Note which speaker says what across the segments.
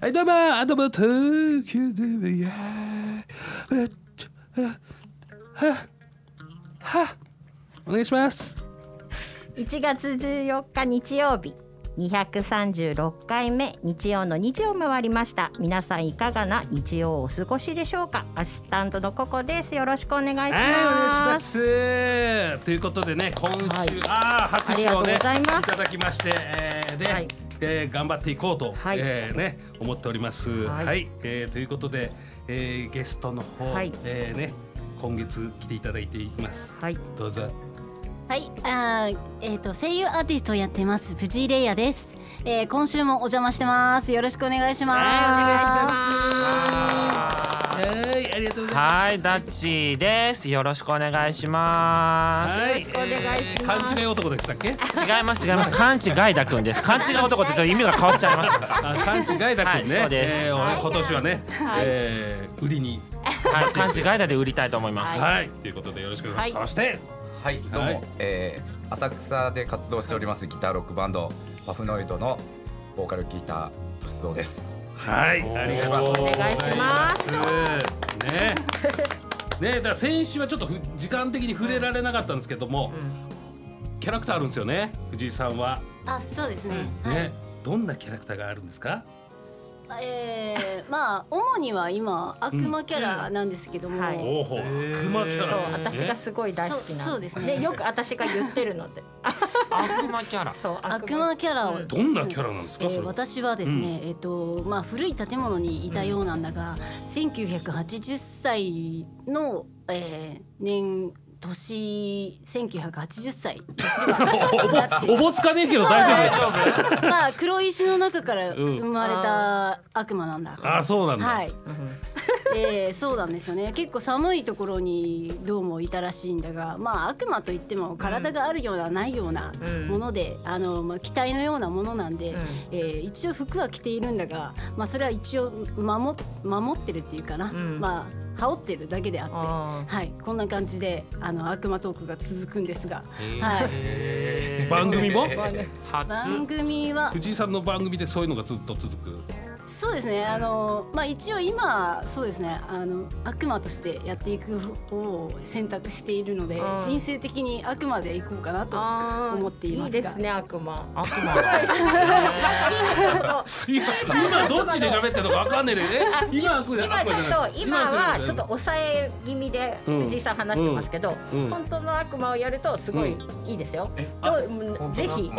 Speaker 1: はい、どうも、あどうも、東京でもやー。えちょはははお願いします。
Speaker 2: 1月14日日曜日236回目日曜の2時を回りました皆さんいかがな日曜をお過ごしでしょうかアシスタントのココですよろしくお願いし
Speaker 1: はい、お願
Speaker 2: ま
Speaker 1: いしますす。ということでね、今週、
Speaker 2: はい
Speaker 1: ああ、拍手をね、
Speaker 2: ありがとうございます
Speaker 1: ただきまして、えー、で、
Speaker 2: はい
Speaker 1: えー頑張っていこうと、
Speaker 2: はい
Speaker 1: えーね、思っております。は、
Speaker 2: はいい
Speaker 1: えーということで、えーゲストの方、
Speaker 2: はい
Speaker 1: えーね、今月来ていただいています。
Speaker 2: はい
Speaker 1: どうぞ。
Speaker 3: はい、あーえっ、と声優アーティストをやってます藤井レイヤです、えー、今週もお邪魔してますよろしくお願いします、
Speaker 1: はい、ありがとうございます。
Speaker 4: はい、ダッチーです。よろしくお願いしま
Speaker 1: はい、
Speaker 2: よろしくお願いしま
Speaker 1: え
Speaker 2: す
Speaker 1: ー勘違い男でしたっけ？
Speaker 4: す。違います違います。勘違いだくんです。勘違い男ってちょっと意味が変わっちゃいます。
Speaker 1: あ、勘違いだくんね。
Speaker 4: はいそうです
Speaker 1: えーお今年はね、えー売りに、
Speaker 4: はい、勘違いだで売りたいと思います。
Speaker 1: はい、ということでよろしくお願いします。そして、
Speaker 5: はい、どうも、
Speaker 1: はい
Speaker 5: えー浅草で活動しておりますギターロックバンドパフノイドのボーカルギターとしぞです。
Speaker 1: はい、ありがとうございます。
Speaker 2: お願いします
Speaker 1: ね。ね、だから先週はちょっとふ時間的に触れられなかったんですけども、キャラクターあるんですよね、藤井さんは。
Speaker 3: あ、そうですね。
Speaker 1: ね、
Speaker 3: はい。
Speaker 1: どんなキャラクターがあるんですか？
Speaker 3: えー、まあ主には今悪魔キャラなんですけども、
Speaker 2: うんはい
Speaker 1: おお、熊キャ
Speaker 2: そう
Speaker 1: ラ。
Speaker 2: 私が
Speaker 1: ね
Speaker 2: すごい大好きな
Speaker 3: そうそうですね
Speaker 2: よく私が言ってるので
Speaker 4: 悪魔キャラ。
Speaker 2: そう
Speaker 3: 悪魔キャラを、
Speaker 2: うん
Speaker 1: どんなキャラなんです
Speaker 3: え
Speaker 1: か？そ
Speaker 3: ー、
Speaker 1: れは。
Speaker 3: 私はですね、えっ、とまあ古い建物にいたようなんだが、1980歳の、えー、年年1980歳年
Speaker 1: おぼ
Speaker 3: は
Speaker 1: おぼつかねえけど大丈夫です。
Speaker 3: まあ黒石の中から
Speaker 1: うん
Speaker 3: 生まれた悪魔なんだ。
Speaker 1: あ、そうなんだ。
Speaker 3: はい、
Speaker 2: うん
Speaker 3: えー、そうなんですよね結構寒いところにどうもいたらしいんだが、まあ、悪魔といっても体があるようなないような
Speaker 2: うん
Speaker 3: もので、あのまあ、機体のようなものなんで、
Speaker 2: うん
Speaker 3: えー一応服は着ているんだが、まあ、それは一応守守ってるっていうかな、
Speaker 2: うん
Speaker 3: まあ、羽織ってるだけであって。
Speaker 2: あ
Speaker 3: はい、こんな感じであの悪魔トークが続くんですが、はい、
Speaker 1: 番組も
Speaker 3: 番
Speaker 4: 初。
Speaker 3: 組は
Speaker 1: 藤井さんの番組でそういうのがずっと続く。
Speaker 3: そうですね。あのまあ一応今そうですね。あの悪魔としてやっていく方を選択しているので、
Speaker 2: うん
Speaker 3: 人生的に悪魔でいこうかなと
Speaker 2: あー
Speaker 3: 思っていますが
Speaker 2: いいですね悪魔
Speaker 4: 悪魔 だ。
Speaker 1: 今どっちで喋ってるのかわかんねえでね。今これ
Speaker 2: 今ちょっと今はちょっと。抑え気味で
Speaker 1: うん
Speaker 2: 藤井さん話してますけど、
Speaker 1: うん
Speaker 2: 本当の悪魔をやるとすごいいいですよ。どううんぜひ。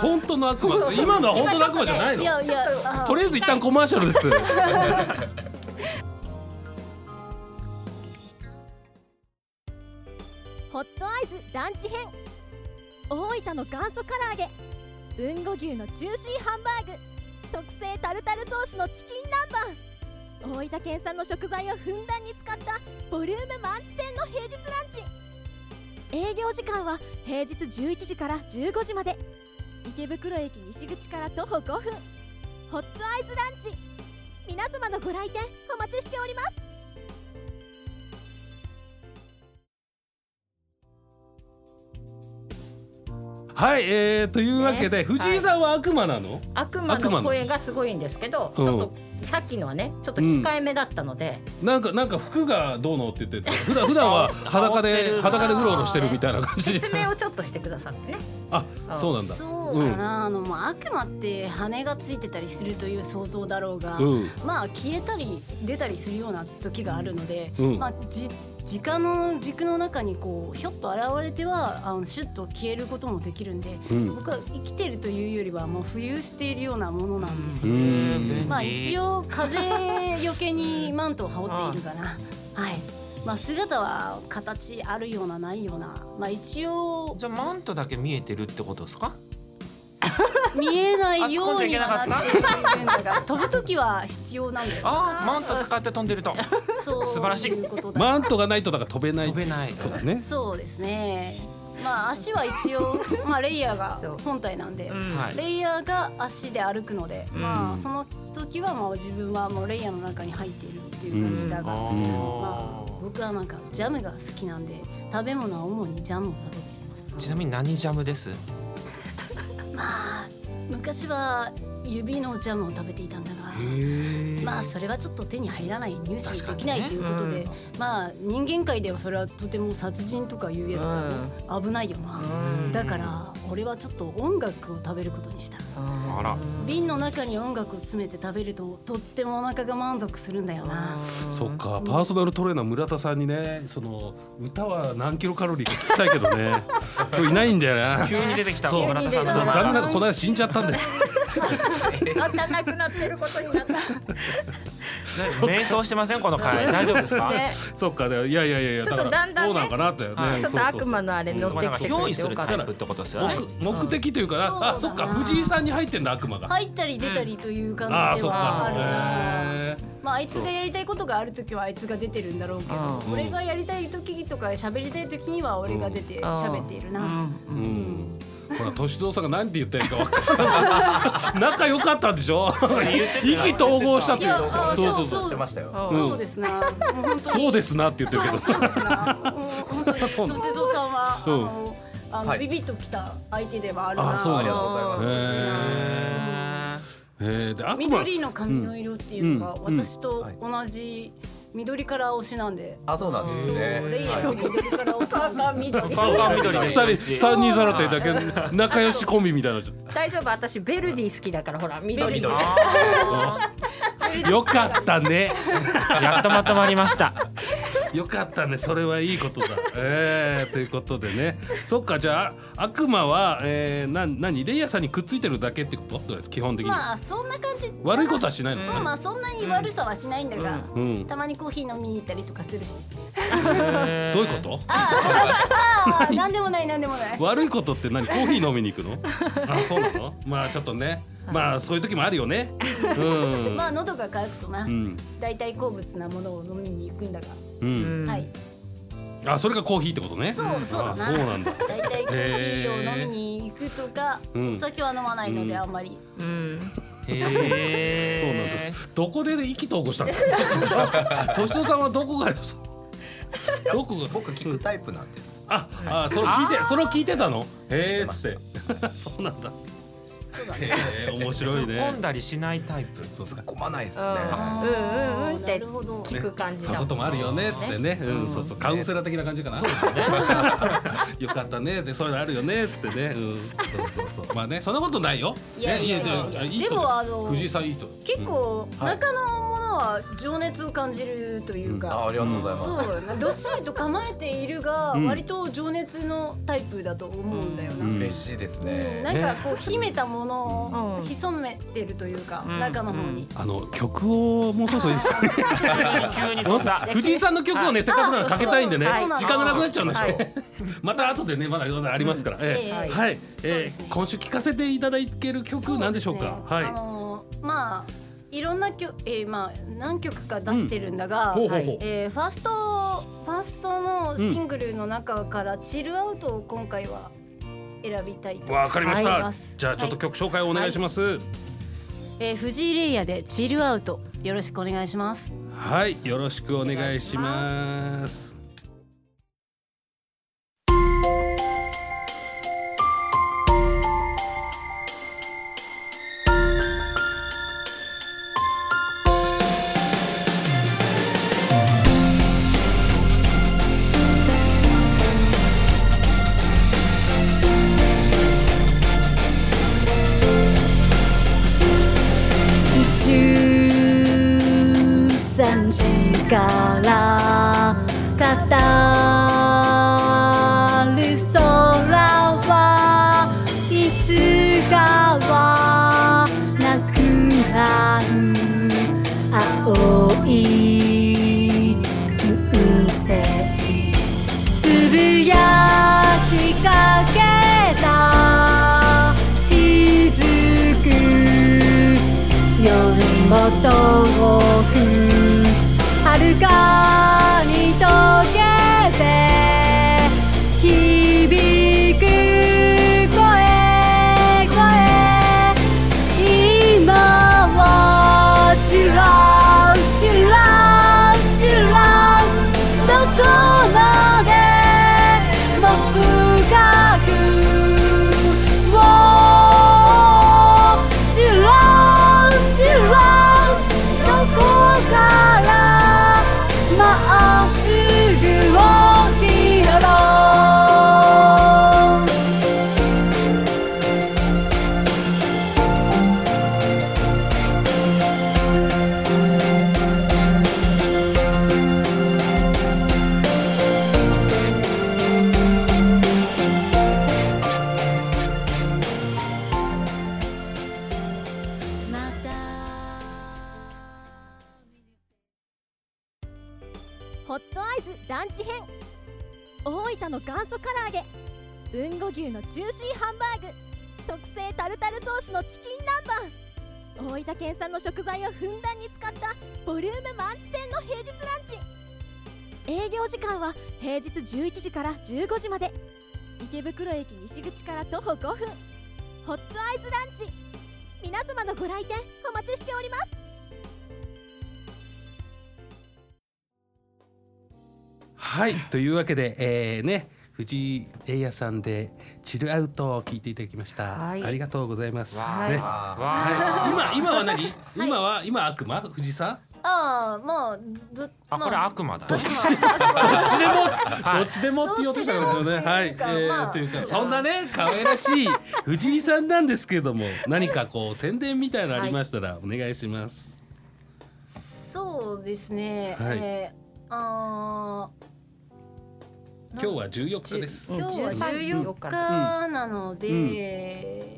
Speaker 1: 本当の悪魔です。今のは本当の悪魔じゃないの。
Speaker 3: いやいやあ
Speaker 1: とりあえず一旦コマーシャルです。
Speaker 6: ホットアイズランチ編大分の元祖唐揚げ豊後牛のジューシーハンバーグ特製タルタルソースのチキン南蛮大分県産の食材をふんだんに使ったボリューム満点の平日ランチ営業時間は平日11時から15時まで池袋駅西口から徒歩5分ホットアイズランチ皆様のご来店お待ちしております
Speaker 1: はい、えー、というわけで、
Speaker 2: ね
Speaker 1: 藤井さんは悪魔なの？
Speaker 2: 悪魔の声がすごいんですけど、ち
Speaker 1: うん
Speaker 2: ょっとさっきのはね、ちょっと控えめだったので、
Speaker 1: なんかなんか服がどうのって言ってて、普段普段は裸で裸でうろうろしてるみたいな感じ。
Speaker 2: 説明をちょっとしてくださってね。
Speaker 1: あ、そうなんだ。
Speaker 3: そうかな、あのまあ悪魔って羽がついてたりするという想像だろうが、
Speaker 1: うん。
Speaker 3: まあ消えたり出たりするような時があるので、
Speaker 1: うん
Speaker 3: まあじ時間の軸の中にこうひょっと現れてはあのシュッと消えることもできるんで、
Speaker 1: うん。
Speaker 3: 僕は生きてるというよりはもう浮遊しているようなものなんですよ。
Speaker 1: うん
Speaker 3: まあ一応風よけにマントを羽織っているかな。はい。まあ姿は形あるようなないような。まあ一応
Speaker 4: じゃあマントだけ見えてるってことですか？
Speaker 3: 見えないようにはなっているんだが、 飛ぶ時は必要なんだよ。
Speaker 4: あー、マント使って飛んでると
Speaker 3: そう
Speaker 4: 素晴らしい
Speaker 3: いうことだ。
Speaker 1: マントがないとだから飛べない。
Speaker 4: 飛べない。
Speaker 1: そうだね。
Speaker 3: そうですね。まあ足は一応まあレイヤーが本体なんで。
Speaker 4: はい。
Speaker 3: レイヤーが足で歩くので、
Speaker 2: うん
Speaker 3: まあその時はまあ自分はもうレイヤーの中に入っているっていう感じだ
Speaker 4: あ
Speaker 3: が、
Speaker 1: うん
Speaker 3: ま
Speaker 4: ー
Speaker 3: あ、僕はなんかジャムが好きなんで食べ物は主にジャムを食べていま
Speaker 4: ちなみに何ジャムです？
Speaker 3: す昔は指のジャムを食べていたんだがまあそれはちょっと手に入らない入手できないということで、
Speaker 2: 確か
Speaker 3: まあ人間界ではそれはとても殺人とかいうやつだから危ないよな、だから俺はちょっと音楽を食べることにした
Speaker 4: あら
Speaker 3: 瓶の中に音楽を詰めて食べるととってもお腹が満足するんだよな
Speaker 1: そっかパーソナルトレーナー村田さんにねその歌は何キロカロリーか聞きたいけどね今日いないんだよな
Speaker 4: 急に出てきた
Speaker 1: そう
Speaker 4: 村田さんの
Speaker 1: そう
Speaker 4: 名前
Speaker 1: 残念ながらこの間死んじゃったんだよ
Speaker 2: またなくなってることになった。
Speaker 4: 瞑想してませんこの回大丈夫ですか、
Speaker 2: ね、
Speaker 1: そっかでいやいやいやいや
Speaker 2: ちょ
Speaker 1: だ
Speaker 2: っ
Speaker 1: から
Speaker 2: とだんだんね
Speaker 1: どうなんかなってね
Speaker 4: はい
Speaker 2: ちょっと悪魔のあれ乗
Speaker 4: そこ
Speaker 2: っ
Speaker 4: な
Speaker 2: てきて
Speaker 4: んか
Speaker 2: く
Speaker 4: 用
Speaker 2: れ
Speaker 4: 意
Speaker 2: て
Speaker 4: す
Speaker 2: よ
Speaker 4: る
Speaker 2: かっ
Speaker 4: タ
Speaker 2: た。
Speaker 4: イプってことですよね
Speaker 1: 目目的というかなあそっか藤井さんに入ってんだ悪魔が
Speaker 3: 入ったり出たりという感
Speaker 1: ああ
Speaker 3: じ
Speaker 1: そ
Speaker 3: で
Speaker 1: っ
Speaker 3: は
Speaker 1: か
Speaker 3: あるな
Speaker 1: へ
Speaker 3: まああいつがやりたいことがある時はあいつが出てるんだろうけど
Speaker 2: う
Speaker 3: 俺がやりたい時とか喋りたい時には俺が出て喋っているな
Speaker 1: えうんほら歳三さんが何て言ってるか分からない 仲良かったんでしょ意気投合したという
Speaker 3: いやあ
Speaker 1: そうそうそう
Speaker 3: そう
Speaker 5: してましたよ。
Speaker 1: うん
Speaker 3: そうですなもう本当に
Speaker 1: そうですなって言ってるけど
Speaker 3: そうですなもう本当 に
Speaker 1: そうなの
Speaker 3: 歳三さんはあのあ
Speaker 5: は
Speaker 3: の
Speaker 5: い
Speaker 3: ビビッときた相手ではある
Speaker 1: あそう
Speaker 5: あ
Speaker 1: な
Speaker 5: り
Speaker 1: の
Speaker 5: が
Speaker 3: な
Speaker 5: とうございま
Speaker 1: へ
Speaker 5: す。
Speaker 1: えへえで悪魔
Speaker 3: 緑の髪の色っていうのが
Speaker 1: うんうん
Speaker 3: 私と同じ緑から推しなんで
Speaker 5: あ、そうなんですね。
Speaker 3: レイヤ
Speaker 5: は
Speaker 3: ーの緑から推しなんで
Speaker 4: 三冠緑で
Speaker 1: 二人三人揃ってだけ仲良しコンビみたいなじ
Speaker 2: 大丈夫、私ベルディ好きだから、ほら、
Speaker 5: い
Speaker 2: 緑。
Speaker 5: 緑。
Speaker 4: あ
Speaker 1: ゃんよかったね
Speaker 4: ーやっとまとまりました
Speaker 1: よかったねそれはいいことだえー、ということでねそっかじゃあ悪魔は、えー、な何レイヤーさんにくっついてるだけってことどうです基本的に、
Speaker 3: まあそんな感じ
Speaker 1: 悪いことはしないの
Speaker 3: まあ
Speaker 1: か
Speaker 3: ま
Speaker 1: な、
Speaker 3: あそんなに悪さはしないんだが、
Speaker 1: うんうん
Speaker 3: たまにコーヒー飲みに行ったりとかするし
Speaker 1: どういうこと
Speaker 3: ああ何でもない何でもない
Speaker 1: 悪いことって何コーヒー飲みに行く のあそうなのまあちょっとねまあそういう時もあるよ ねうん、
Speaker 3: まあ喉が渇くとな、
Speaker 1: うん
Speaker 3: 大体好物なものを飲みに行くんだが、
Speaker 1: う、
Speaker 2: うんん
Speaker 3: はい
Speaker 1: あそれがコーヒーってことね
Speaker 3: そうそうだ
Speaker 1: あ
Speaker 3: な
Speaker 1: そうなんだ
Speaker 3: 大体コーヒーを飲みに行くとか、
Speaker 1: ーうん
Speaker 3: お酒は飲まないの
Speaker 1: う
Speaker 3: で
Speaker 1: ん
Speaker 3: あんまり、
Speaker 2: うん。
Speaker 4: へー
Speaker 1: そうなんです。どこで意気投合したんです か。としのさんはどこが。どこが。
Speaker 5: 僕聞くタイプなんです。
Speaker 1: あ、あ、それ聞いて、それを聞いてたの。へえ、
Speaker 5: 聞いて
Speaker 1: つっ
Speaker 5: ま
Speaker 1: て。 そうなんだ。
Speaker 3: そうだね
Speaker 1: へえ、面白い
Speaker 4: 突っ
Speaker 1: ね
Speaker 4: 込ん。だりしないタイプ
Speaker 1: そうそう
Speaker 5: 突っ込まないですね。
Speaker 2: あ
Speaker 3: あ
Speaker 2: うんうん
Speaker 3: ー
Speaker 2: うんって
Speaker 3: なるほど
Speaker 2: 聞く感じ
Speaker 1: そうい
Speaker 2: だ
Speaker 1: う
Speaker 2: も
Speaker 1: こ
Speaker 2: ん。
Speaker 1: ともあるよねっつってね、うん、そうそう、カウンセラー的な感じかな。そうですね。 よかったね、で、そういうのあるよねっつってね、うん、そうそうそう、まあね、そんなことないよ。
Speaker 3: いやいやいや
Speaker 1: ねいやいい
Speaker 3: で
Speaker 1: と
Speaker 3: もあの
Speaker 1: 藤井さんいいと。
Speaker 3: 結構、
Speaker 1: うんはい
Speaker 3: 中のものは情熱を感じるというか、
Speaker 5: あ、ありがとうございます。
Speaker 3: そうだなどっしりと構えているが、
Speaker 1: うん
Speaker 3: 割と情熱のタイプだと思うんだよな、
Speaker 1: うん
Speaker 5: 嬉しいです
Speaker 3: な
Speaker 5: ね。
Speaker 3: んかこう秘めたもの
Speaker 2: う
Speaker 3: を
Speaker 2: ん
Speaker 3: 潜めてるというか、
Speaker 4: ん
Speaker 3: 中の方に、
Speaker 1: あの曲をもうそろそろいいですかね。
Speaker 4: 急にどうした
Speaker 1: 藤井さんの曲をね、せっかくならかけたいんでね、
Speaker 3: はい
Speaker 1: 時間がなくなっちゃうんですよ。
Speaker 2: は
Speaker 1: また後でね、まだまだありますから。ええ
Speaker 2: はい
Speaker 1: はい、
Speaker 3: そう
Speaker 1: え
Speaker 3: です
Speaker 1: え
Speaker 3: ね
Speaker 1: 今週聞かせていただける曲なんでしょうか。
Speaker 3: そですねあ
Speaker 1: は
Speaker 3: のーまあいろんな曲、えーまあ何曲か出してるんだが、
Speaker 1: い。ほうほうほう。
Speaker 3: えーファーストファーストのシングルの中からチルアウトを今回は選びたいと
Speaker 1: わかりまし
Speaker 3: はい
Speaker 1: た。じゃあちょっと曲紹介をお願いします。はい、
Speaker 3: えー藤井レイヤーでチルアウトよろしくお願いします
Speaker 1: よろしくお願いします。
Speaker 7: 13時から語る空はいつかはなくなる青い運勢つぶやきかけた雫夜も遠く遥かに溶けて響く声声今はチラウチラウチラウどこまでも深く Oh, チラウ
Speaker 6: ホットアイズランチ編大分の元祖唐揚げ豊後牛のジューシーハンバーグ特製タルタルソースのチキン南蛮大分県産の食材をふんだんに使ったボリューム満点の平日ランチ営業時間は平日11時から15時まで池袋駅西口から徒歩5分ホットアイズランチ皆様のご来店お待ちしております
Speaker 1: はいというわけで、えー、ね藤井玲也さんでチルアウトを聞いていただきました。
Speaker 2: はい
Speaker 1: ありがとうございます。
Speaker 2: はい
Speaker 1: ね
Speaker 5: あ
Speaker 4: わ
Speaker 1: はい今今は何？今は今悪魔藤井さん？
Speaker 3: ああまあど
Speaker 4: あこれ
Speaker 3: まあ
Speaker 4: 悪魔だ
Speaker 3: どっ
Speaker 4: ね
Speaker 3: ち
Speaker 1: ど
Speaker 3: も
Speaker 1: っちでも、
Speaker 4: い
Speaker 1: どっちでもって言おうとしたけどね。
Speaker 3: どっちでもっていうか
Speaker 1: はい、えー
Speaker 3: まあ
Speaker 1: というかそんなね可愛らしい藤井さんなんですけども、何かこう宣伝みたいなのありましたらお願いします。
Speaker 3: そうですね、
Speaker 1: はい
Speaker 3: えーあー
Speaker 1: 今日は14日です。
Speaker 3: 今日は14日なので、
Speaker 1: うんうん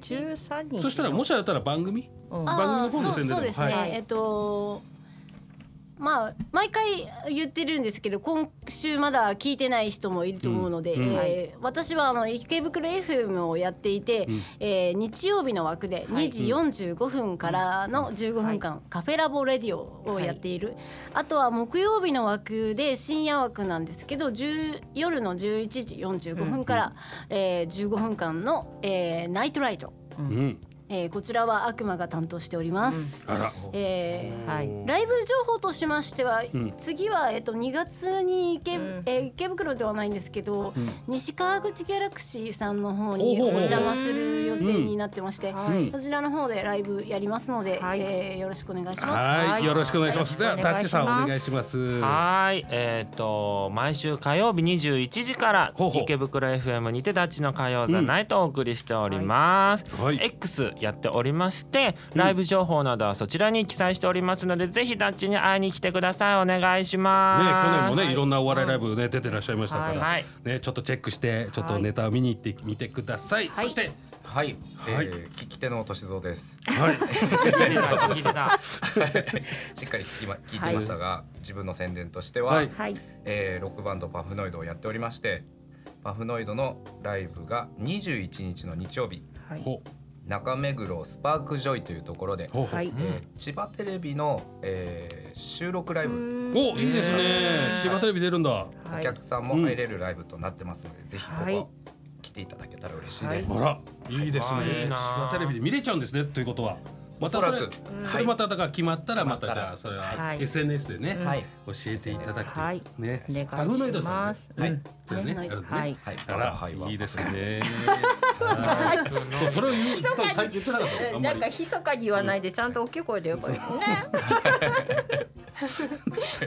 Speaker 3: 次
Speaker 2: 十三日。
Speaker 1: そしたらもしだったら番組？
Speaker 2: うん
Speaker 1: あ番組の方の宣伝でも
Speaker 3: あーそうそうですね、
Speaker 1: はい
Speaker 3: えっとまあ毎回言ってるんですけど今週まだ聞いてない人もいると思うので、
Speaker 1: うんうん
Speaker 3: えー私はあの池袋 FM をやっていて、
Speaker 1: うん
Speaker 3: えー日曜日の枠で
Speaker 2: はい
Speaker 3: 2時45分からの15分間、カフェラボレディオをやっている、あとは木曜日の枠で深夜枠なんですけど10夜の11時45分から、えー15分間の、えーナイトライト、
Speaker 1: うん。
Speaker 3: えーこちらは悪魔が担当しております。
Speaker 1: あら。
Speaker 3: えー
Speaker 2: はい
Speaker 3: ライブ情報としましては、
Speaker 1: うん
Speaker 3: 次は、えっと、2月に池,、
Speaker 2: うん
Speaker 3: えー池袋ではないんですけど、
Speaker 1: うん
Speaker 3: 西川口ギャラクシーさんの方に
Speaker 1: お
Speaker 3: お
Speaker 1: ほほほ
Speaker 3: 邪魔する予定になってまして、
Speaker 2: は
Speaker 1: うん
Speaker 2: い。
Speaker 3: こちらの方でライブやりますので、
Speaker 2: はい
Speaker 3: えーよろしくお願いします。
Speaker 1: は、
Speaker 2: はいい
Speaker 1: よろしくお願いします。では、
Speaker 2: よろしくお
Speaker 1: タ
Speaker 2: 願
Speaker 1: ッ
Speaker 2: い
Speaker 1: チ
Speaker 2: します
Speaker 1: さん、お願いします。
Speaker 4: はーいえっ、と毎週火曜日21時から
Speaker 1: ほうほう
Speaker 4: 池袋 FM にてダッチの火曜
Speaker 1: う
Speaker 4: ザ
Speaker 1: ん
Speaker 4: ナイトをお送りしております、
Speaker 1: はい
Speaker 4: X やっておりましてライブ情報などはそちらに記載しておりますので、ぜひダッチに会いに来てくださいお願いし
Speaker 1: ね、
Speaker 4: ます
Speaker 1: 去年もね、い
Speaker 4: ね
Speaker 1: ろんなお笑いライブね、出てらっしゃいましたか
Speaker 2: はい
Speaker 1: ら。
Speaker 4: はい
Speaker 1: ね、ちょっとチェックして、ちょっとネタを見に行ってみてください。そ
Speaker 2: い
Speaker 1: して。
Speaker 5: はい、え
Speaker 1: はい
Speaker 5: ー、聞き手の歳三です。
Speaker 1: はい。
Speaker 4: 聞いてた聞いて た
Speaker 5: しっかり聞きま聞いてましたが、自分の宣伝としては、
Speaker 1: はい
Speaker 2: はい。
Speaker 5: えーロックバンドパフノイドをやっておりまして、パフノイドのライブが21日の日曜日、
Speaker 2: はい。
Speaker 1: ほ、
Speaker 5: 中目黒スパークジョイというところで、
Speaker 1: ほ、ほ
Speaker 2: は。い。
Speaker 5: えー千葉テレビの、えー収録ライブ、
Speaker 1: お、いいですね
Speaker 4: え。ー
Speaker 1: 千葉テレビ出るんだ。あ
Speaker 5: お客さんも入れるライブとなってますので、ぜひここ、
Speaker 2: はい
Speaker 5: 来ていただけたら嬉しいです。
Speaker 1: ら、いいです
Speaker 4: あーい
Speaker 1: ね。
Speaker 4: い
Speaker 1: 千
Speaker 4: な
Speaker 1: 葉テレビで見れちゃうんですね。ということは。また
Speaker 5: お
Speaker 1: そ
Speaker 5: そ
Speaker 1: れ
Speaker 5: らく、
Speaker 1: それまただから決まったらまた
Speaker 5: 決
Speaker 1: じ
Speaker 5: まった
Speaker 1: ゃ
Speaker 5: ら
Speaker 1: あそれは
Speaker 2: はい
Speaker 1: SNS でね
Speaker 5: はい、
Speaker 1: 教えていただくと
Speaker 2: はい
Speaker 1: ね
Speaker 2: お願いします
Speaker 1: パフノイドさん
Speaker 2: は
Speaker 1: ね
Speaker 2: い
Speaker 1: はいね
Speaker 3: パフノイド
Speaker 1: あ
Speaker 2: は
Speaker 1: るね
Speaker 2: い。
Speaker 5: はい、
Speaker 1: あ
Speaker 5: は
Speaker 1: らいいですねはいそうそれを言う人最近言ってなかったよあんま
Speaker 2: な
Speaker 1: り
Speaker 2: んか密かに言わないでちゃんと大きい声で言えばいいね。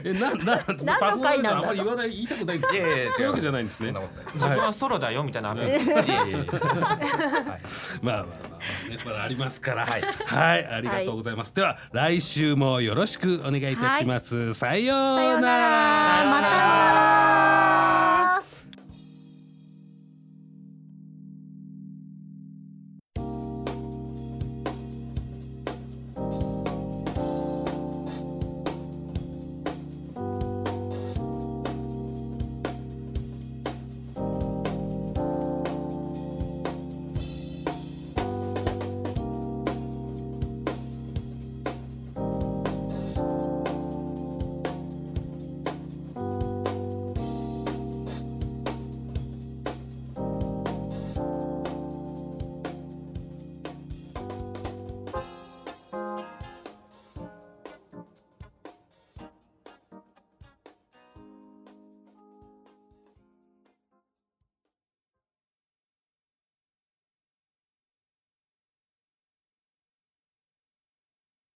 Speaker 1: え、な、な、
Speaker 2: 何の回な
Speaker 1: パフォーマンスのあ
Speaker 2: んだ
Speaker 1: まり言わない、言いたくないんです
Speaker 5: い
Speaker 1: よ。
Speaker 5: やいやいや
Speaker 1: そういうわけじゃないんです
Speaker 5: そ
Speaker 1: ね。
Speaker 5: んな
Speaker 1: まあ
Speaker 5: ことない
Speaker 4: 自分はソロだよみたいなのある
Speaker 5: です。はい
Speaker 1: まあまあまあ、ね、まだありますから。は
Speaker 5: はいい、
Speaker 1: ありがとうございます。では、来週もよろしくお願いいたします。さようなら。
Speaker 2: さようならまたなら